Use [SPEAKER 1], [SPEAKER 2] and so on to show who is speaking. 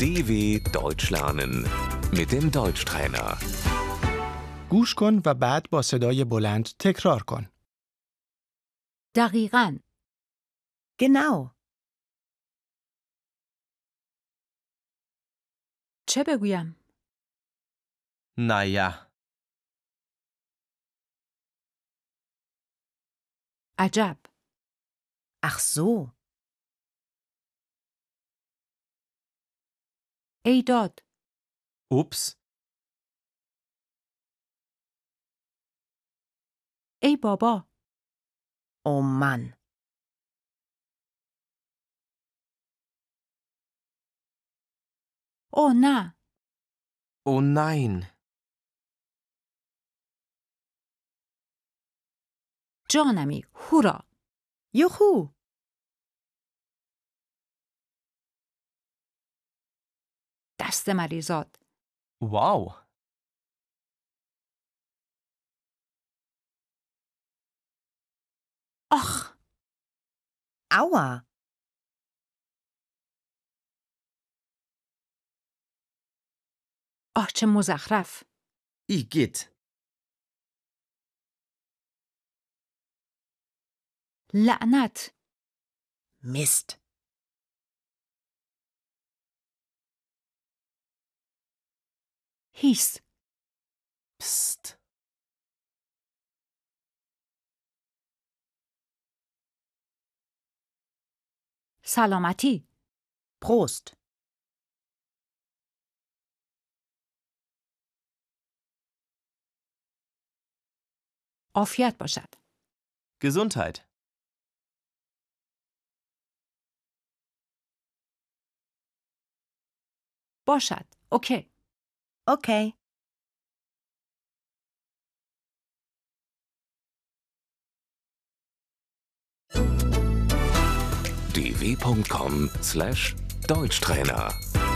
[SPEAKER 1] DW Deutsch lernen mit dem Deutschtrainer.
[SPEAKER 2] گوش کن و بعد با صدای بلند تکرار کن.
[SPEAKER 3] دقیقا.
[SPEAKER 4] Genau.
[SPEAKER 3] چه بگویم؟
[SPEAKER 5] Naja,
[SPEAKER 3] عجب.
[SPEAKER 4] Ach so.
[SPEAKER 3] ای داد.
[SPEAKER 5] ups,
[SPEAKER 3] ای بابا.
[SPEAKER 4] Oh Mann.
[SPEAKER 3] او نه.
[SPEAKER 5] oh nein,
[SPEAKER 3] جانمی. هورا.
[SPEAKER 4] Juhu.
[SPEAKER 3] دست مریضات.
[SPEAKER 5] wow,
[SPEAKER 3] آخ.
[SPEAKER 4] Aua.
[SPEAKER 3] آه چه مزخرف.
[SPEAKER 5] igitt,
[SPEAKER 3] لعنت.
[SPEAKER 4] Mist.
[SPEAKER 3] هیس.
[SPEAKER 5] psst,
[SPEAKER 3] سلامتی.
[SPEAKER 4] Prost.
[SPEAKER 3] عافیت باشد.
[SPEAKER 5] Gesundheit,
[SPEAKER 3] باشد. اوکی.
[SPEAKER 4] Okay.
[SPEAKER 1] dw.com/deutschtrainer